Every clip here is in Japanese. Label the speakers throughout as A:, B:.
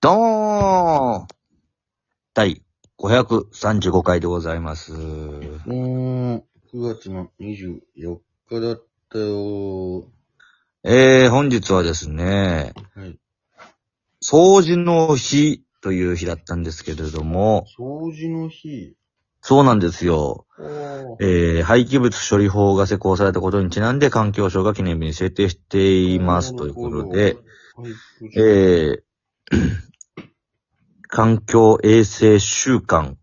A: どうもー第535回でございます。
B: もう、9月の24日だったよ。
A: えー、本日はですね、
B: はい。
A: 掃除の日という日だったんですけれども、
B: 掃除の日。
A: そうなんですよ。
B: あー
A: えー、廃棄物処理法が施行されたことにちなんで環境省が記念日に制定していますということで、、
B: はい、
A: えー、 環境衛生週間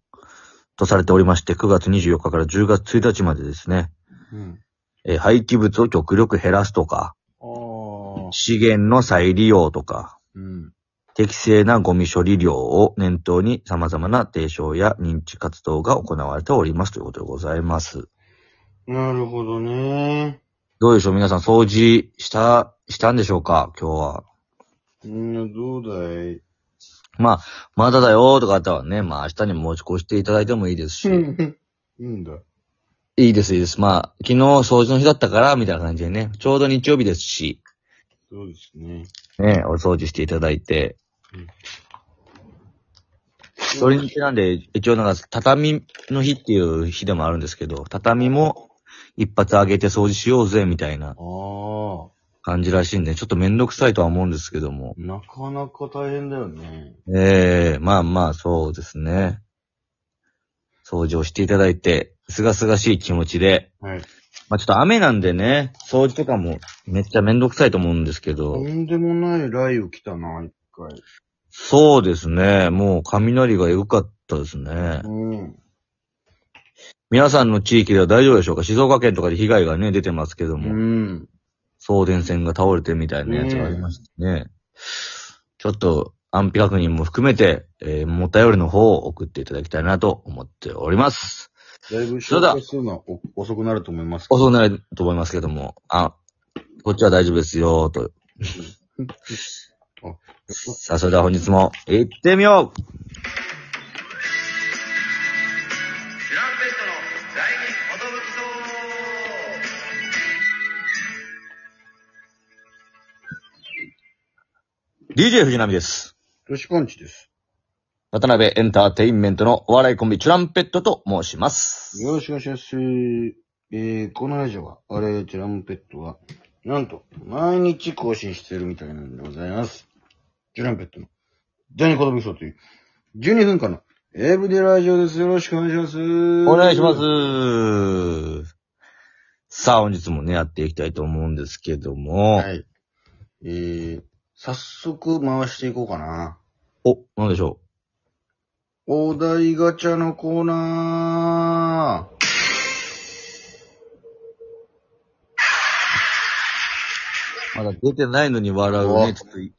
A: とされておりまして、9月24日から10月1日までですね、
B: うん。
A: えー廃棄物を極力減らすとか、
B: ああ、
A: 資源の再利用とか、
B: うん。
A: 適正なゴミ処理量を念頭に様々な提唱や認知活動が行われておりますということでございます。
B: なるほどね。
A: どうでしょう皆さん掃除した、したんでしょうか今日は。
B: みんなど うだい
A: まあ、まだだよーとかあったらね、まあ明日に持ち越していただいてもいいですし、い
B: いいんだ。
A: いです、いいです。まあ、昨日掃除の日だったから、みたいな感じでね、ちょうど日曜日ですし、
B: そうですね。
A: ね、お掃除していただいて、それにちなんで、一応なんか、畳の日っていう日でもあるんですけど、畳も一発上げて掃除しようぜ、みたいな
B: ああ、
A: 感じらしいんで、ちょっとめんどくさいとは思うんですけども。
B: なかなか大変だよね。
A: ええまあまあ、そうですね。掃除をしていただいて、すがすがしい気持ちで、
B: はい。
A: まあちょっと雨なんでね、掃除とかもめっちゃめんどくさいと思うんですけ
B: と
A: ど、
B: んでもない雷雨来たな、一回。
A: そうですね、もう雷がエグかったですね。
B: うん。
A: 皆さんの地域では大丈夫でしょうか静岡県とかで被害がね、出てますけど
B: う
A: も。
B: ん。
A: 送電線が倒れてみたいなやつがありましたね。ちょっと安否確認も含めて、えー、もう頼りの方を送っていただきたいなと思っております。
B: だいぶ
A: それ
B: 消
A: では
B: 化するのはお遅くなると思いますけど
A: 遅くなると思いますけども、あ、こっちは大丈夫ですよ、と。さあ、それでは本日も行ってみよう
C: チュランペットの第二寿そう
A: う !DJ 藤波です。
B: よしパンチです。
A: 渡辺エンターテインメントのお笑いコンビチュランペットと申します。
B: よろしくお願いします。えー、このラジオは、我々チランペットは、なんと、毎日更新してるみたいなんでございます。チランペットの、第二言武装という、12分間の、エブデラジオです。よろしくお願いします。
A: お願いします。さあ、本日もね、やっていきたいと思うんですけども、
B: はい。えー、早速回していこうかな。
A: お、なんでしょう
B: お題ガチャのコーナー。
A: まだ出てないのに笑うね。
B: お
A: ちょっとい、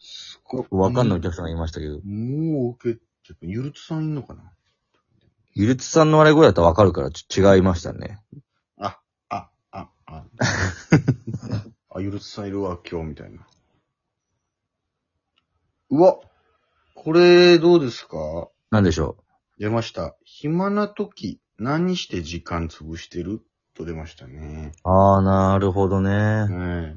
A: わかんないお客さんがいましたけど。
B: もう受けちゃった。ゆるつさんいんのかな
A: ゆるつさんの笑い声だったらわかるから、ちょ違いましたね。
B: あ、あ、あ。あ、ゆるつさんいるわ、今日、みたいな。うわ、これ、どうですか
A: なんでしょ
B: 出ました。暇な時、何して時間潰してると出ましたね。
A: う。ああ、なるほど
B: はい
A: ね。。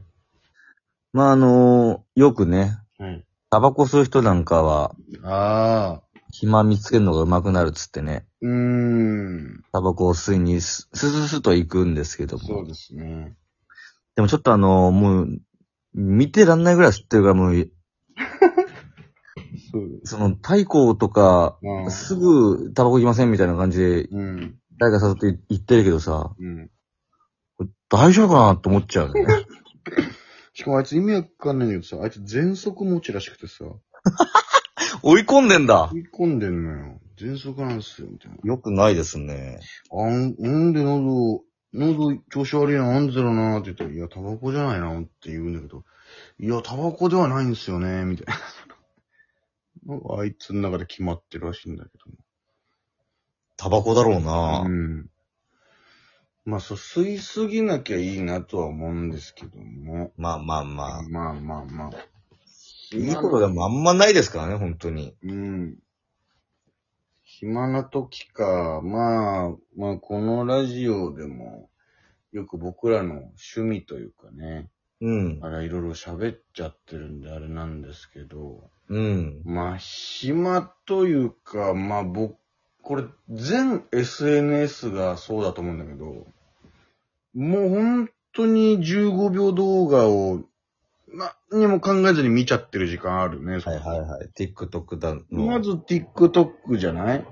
A: まあ、あのーよくね、
B: はい。
A: タバコ吸う人なんかは、
B: ああ、
A: 暇見つけるのが上手くなるっつってね、
B: うーん。
A: タバコを吸いにす、すすすと行くんですけど
B: そう
A: も。
B: ですね。
A: でもちょっとあのーもう、見てらんないぐらい吸ってるから、もう、
B: そうです。
A: その、太鼓とか、
B: うん
A: すぐタバコ行きませんみたいな感じで、
B: うん。
A: 誰か誘って行ってるけどさ、
B: うん。
A: 大丈夫かなって思っちゃうね。
B: しかもあいつ意味わかんないんだけどさ、あいつ喘息持ちらしくてさ、
A: 追い込んでんだ
B: 食い込んでんのよ。喘息なんすよ、みたいな。
A: よくないですね。
B: あん、なんで喉、喉調子悪いな、なんでだろうなって言ったら、いや、タバコじゃないなって言うんだけど、いや、タバコではないん ですよね、みたいな。なんかあいつの中で決まってるらしいんだけ
A: タバコだろう
B: ども。
A: な、
B: うん。まあ、そう、吸いすぎなきゃいいなとは思うんですけども。
A: まあまあまあ。
B: まあまあまあ。
A: いいことがあんまないですからね、本当に。
B: うん。暇な時か、まあ、まあこのラジオでも、よく僕らの趣味というかね、
A: うん。
B: あら、いろいろ喋っちゃってるんで、あれなんですけど、
A: うん。
B: まあ、暇というか、まあ、僕、これ、全 SNS がそうだと思うんだけど、もう本当に15秒動画を、何にも考えずに見ちゃってる時間あるね、
A: はいはいはい。TikTok だの、
B: まず TikTok じゃない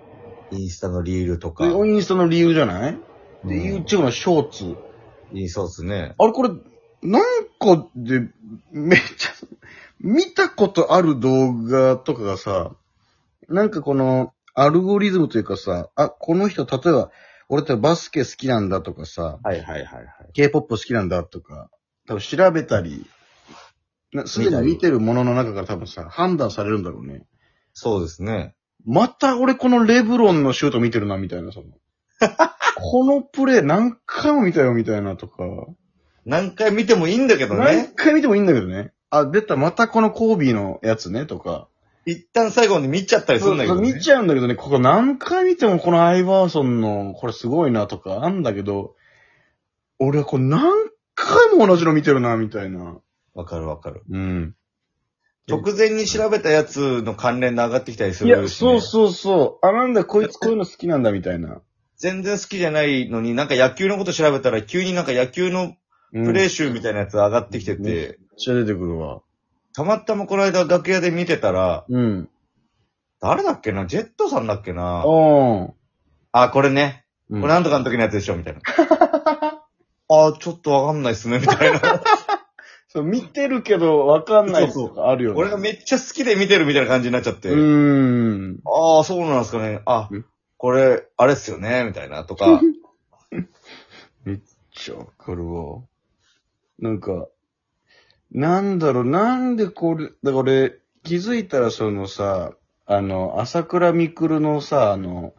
A: インスタのリールとか
B: で、、インスタの理由じゃないで、
A: うん
B: YouTube のショーツ。
A: いいそうっすね。
B: あれこれ、なんかで、めっちゃ、見たことある動画とかがさ、なんかこの、アルゴリズムというかさ、あ、この人、例えば、俺ってバスケ好きなんだとかさ、
A: はいはいはいはい。
B: K-POP 好きなんだとか、多分調べたり、なすでに見てるものの中から多分さ、判断されるんだろうね。
A: そうですね。
B: また俺このレブロンのシュート見てるな、みたいな、その。このプレー何回も見たよ、みたいなとか。
A: 何回見てもいいんだけど
B: 何
A: ね。
B: 回見てもいいんだけどね。あ、出た、またこのコービーのやつね、とか。
A: 一旦最後に見ちゃったりするんだけどね。
B: 見ちゃうんだけどね、ここ何回見てもこのアイバーソンの、これすごいな、とか、あんだけど、俺はこれ何回も同じの見てるな、みたいな。
A: わかるわかる。
B: うん。
A: 直前に調べたやつの関連で上がってきたりす
B: い
A: るし、ね。
B: や、そうそうそう。あ、なんだ、こいつこういうの好きなんだ、みたいな。
A: 全然好きじゃないのに、なんか野球のこと調べたら、急になんか野球の
B: うん
A: プレー
B: めっ
A: 集みたいなやつ上がってきてて、
B: ちゃ出てくるわ。
A: たまたまこの間楽屋で見てたら、
B: うん。
A: 誰だっけなジェットさんだっけ
B: あ
A: な
B: あ。
A: あ、これね。
B: う
A: こ
B: ん
A: れなんとかの時のやつでしょみたい な。あ、ちょっとわかんないっすね、みたいな。
B: そう、見てるけど、わかんないとかあるよね。
A: 俺がめっちゃ好きで見てるみたいな感じになっちゃって。
B: うーん。
A: ああ、そうなんですかね。あ
B: うん、
A: これ、あれっすよね、みたいな。とか。
B: ちゃわかるわ。なんか、なんだろう、なんでこれ、だから俺、気づいたらそのさ、あの、朝倉未来のさ、あの、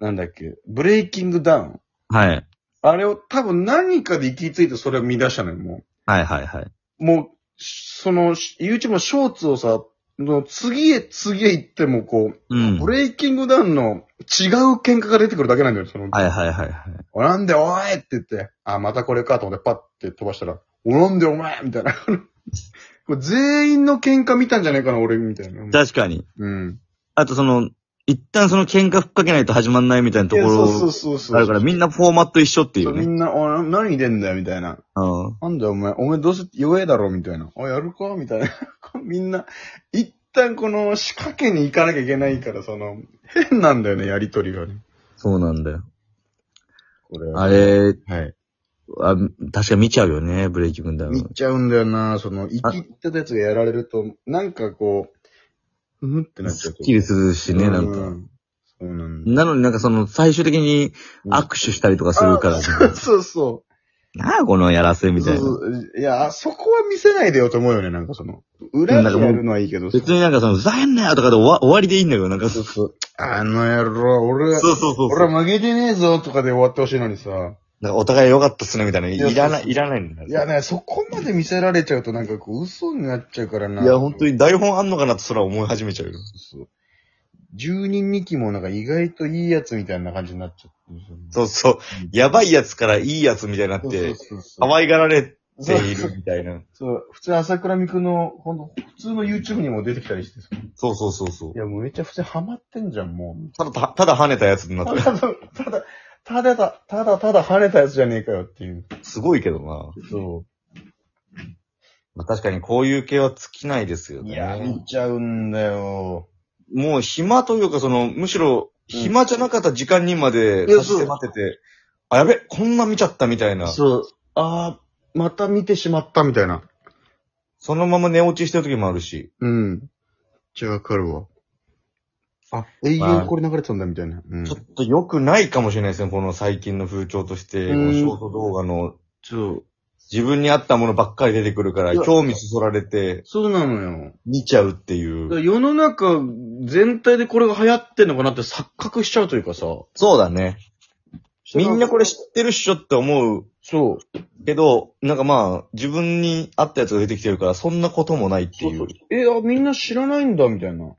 B: なんだっけ、ブレイキングダウン。
A: はい。
B: あれを多分何かで行き着いてそれを見出したのよ、も
A: はいはいはい。
B: う。もう、その、YouTube のショーツをさ、の次へ次へ行ってもこう、
A: うん
B: ブレイキングダウンの違う喧嘩が出てくるだけなんだよ、その、
A: はいはいはいはい。
B: おなんでおいって言って、あ、またこれかと思ってパッて飛ばしたら、おなんでお前みたいな。 これ全員の喧嘩見たんじゃないかな、俺、みたいな。
A: 確かに。
B: うん。
A: あとその、一旦その喧嘩ふっかけないと始まんないみたいなとこ
B: いやそう
A: ろ
B: そうそうそう。
A: があるから、みんなフォーマット一緒ってい
B: そううみ
A: ね。
B: んな、おな何出んだよ、みたいな。
A: うん。
B: なんだよ、お前、お前どうせ弱えだろ、みたいな。あ、やるかみたいな。 こうみんな、一旦この仕掛けに行かなきゃいけないから、その、変なんだよね、やりとりがね。
A: そうなんだよ。
B: これは。
A: あれ、
B: はい。
A: あ確か見ちゃうよね、ブレイキングダウ
B: 見
A: ン。
B: ちゃうんだよな、その、生きってたやつがやられると、なんかこう、ふふってなっち
A: す
B: ゃう
A: っ。きりするしね、
B: う
A: なんか。。
B: そうなんだ。
A: なのになんかその、最終的に握手したりとかするから、
B: そうそうそ
A: なあ、このやらせ
B: う。
A: みたい
B: そ
A: な。
B: うそういや、あそこは見せないでよと思うよね、なんかその。裏でやるのはいいけど。
A: 別になんかその、ふざけんなよとかで終わ終わりでいいんだけど、なんかそう
B: そ
A: う
B: そう。あの野郎、俺は、
A: そうそうそう。
B: 俺は負けてねえぞとかで終わってほしいのにさ。
A: なんかお互い良かったっすね、みたいな。い
B: や
A: らな
B: そう
A: い、
B: そう
A: いらないんだよ
B: いやね、そこまで見せられちゃうとなんかこう嘘になっちゃうからな。
A: いや、本当
B: に。
A: に台本あんのかなとそら思い始めちゃうよ。
B: そう。10人2期もなんか意外といいやつみたいな感じになっちゃってる。
A: そうそう。やばいやつからいいやつみたいになって、
B: そうそう
A: 可愛がられているみたいな。
B: そう、普通朝倉未来の、ほんと、普通の YouTube にも出てきたりしてさ
A: そうそうそうそう
B: い。や、もうめっちゃ普通にハマってんじゃん、もう。
A: ただ、たただ跳ねたやつにな
B: た
A: ってる。
B: だ、ただ、ただた、ただただ跳ねたやつじゃねえかよっていう。
A: すごいけどな。
B: そ
A: まあ、確かにこういう系は尽きないですよ
B: い
A: ね。
B: や、見ちゃうんだよ。
A: もう暇というか、その、むしろ、暇じゃなかった時間にまで
B: いや
A: 差し迫ってて、あ、やべ、こんな見ちゃったみたいな。そ
B: そう。あー、また見てしまったみたいな。
A: のまま寝落ちしてる時もあるし。
B: うん。めっちゃわかるわ。あ、永遠これ流れてたんだみたいな。うん
A: ちょっと良くないかもしれないですね、この最近の風潮として。こ
B: うん
A: のショート動画の、
B: そう。
A: 自分に合ったものばっかり出てくるから
B: いや、
A: 興味そそられて、
B: そうなのよ。
A: 見ちゃうって
B: だ
A: い
B: か
A: う。
B: ら世の中全体でこれが流行ってんのかなって錯覚しちゃうというかさ。
A: そうだね。みんなこれ知ってるっしょって思う
B: そう。
A: けど、なんかまあ、自分に合ったやつが出てきてるから、そんなこともないっていう。
B: そうそうえ、あ、みんな知らないんだ、みたいな。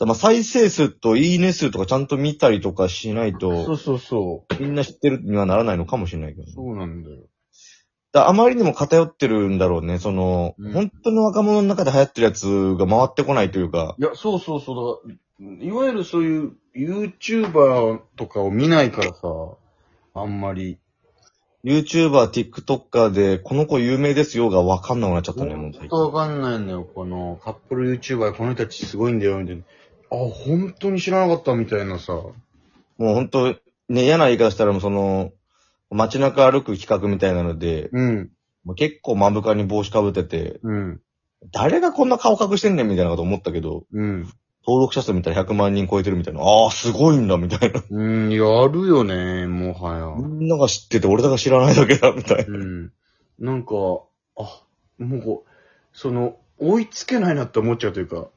A: だまあ再生数といいね数とかちゃんと見たりとかしない
B: そ
A: と、
B: うそうそ
A: みんな知ってるにはならないのかもしれないけ
B: う。
A: ど。
B: そうなんだよ。
A: だあまりにも偏ってるんだろうね。その、
B: うん
A: 本当の若者の中で流行ってるやつが回ってこないというか。
B: いや、そうそうそうだから。いわゆるそういう YouTuber とかを見ないからさ、あんまり。
A: YouTuber、TikToker で、この子有名ですよが分かんなくなっちゃったね、も
B: 本
A: う最近
B: 当わかんないんだよ、このカップル YouTuber、この人たちすごいんだよ、みたいな。あ、本当に知らなかったみたいなさ。
A: もう本当、ね、嫌な言い方したら、その、街中歩く企画みたいなので、
B: うん、
A: もう結構目深に帽子かぶってて、
B: うん、
A: 誰がこんな顔隠してんねんみたいなこと思ったけど、
B: うん。
A: 登録者数見たら100万人超えてるみたいな、ああ、すごいんだ、みたいな。
B: うん、やるよね、もはや。
A: みんなが知ってて、俺だが知らないだけだ、みたいな。
B: うん。なんか、あ、もうこう、その、追いつけないなって思っちゃうというか、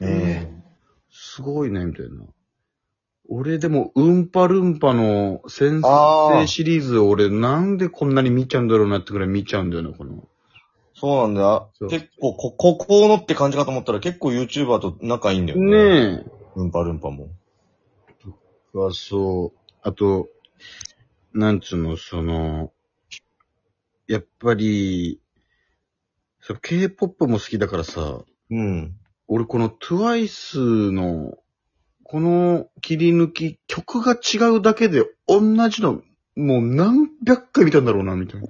B: えすごいね、みたいな。俺でも、うんぱるんぱの先
A: あ
B: 生
A: ー
B: シリーズを俺なんでこんなに見ちゃうんだろうなってくらい見ちゃうんだよな、この。
A: そうなんだ
B: そう。
A: 結構、こ、ここのって感じかと思ったら結構 YouTuber と仲いいんだよね。
B: ねえ。
A: ルンパルンパも。
B: あ、そう。あと、なんつうの、その、やっぱり、そう K-POP も好きだからさ、
A: うん。
B: 俺この TWICE の、この切り抜き、曲が違うだけで同じの、もう何百回見たんだろうな、みたいな。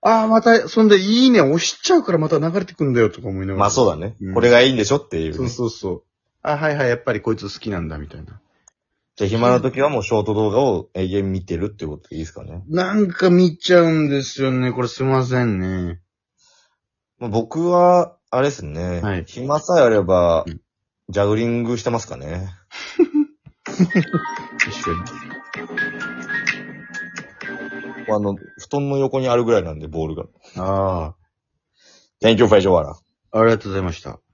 B: ああ、また、そんでいいね押しちゃうからまた流れてくんだよ、とか思いながら。
A: まあそうだね
B: うん。
A: これがいいんでしょっていう
B: そう
A: ね。
B: そうそう。あはいはい、やっぱりこいつ好きなんだ、みたいな。
A: じゃあ暇な時はもうショート動画を永遠見てるってことでいいですかね。
B: なんか見ちゃうんですよね。これすいませんね。
A: まあ、僕は、あれですね。
B: はい
A: 暇さえあれば
B: うん、
A: ジャグリングしてますかね。
B: 一緒に。
A: あの、布団の横にあるぐらいなんで、ボールが。
B: あ
A: Thank you, フェイジョワラ。
B: あ、ありがとうございました。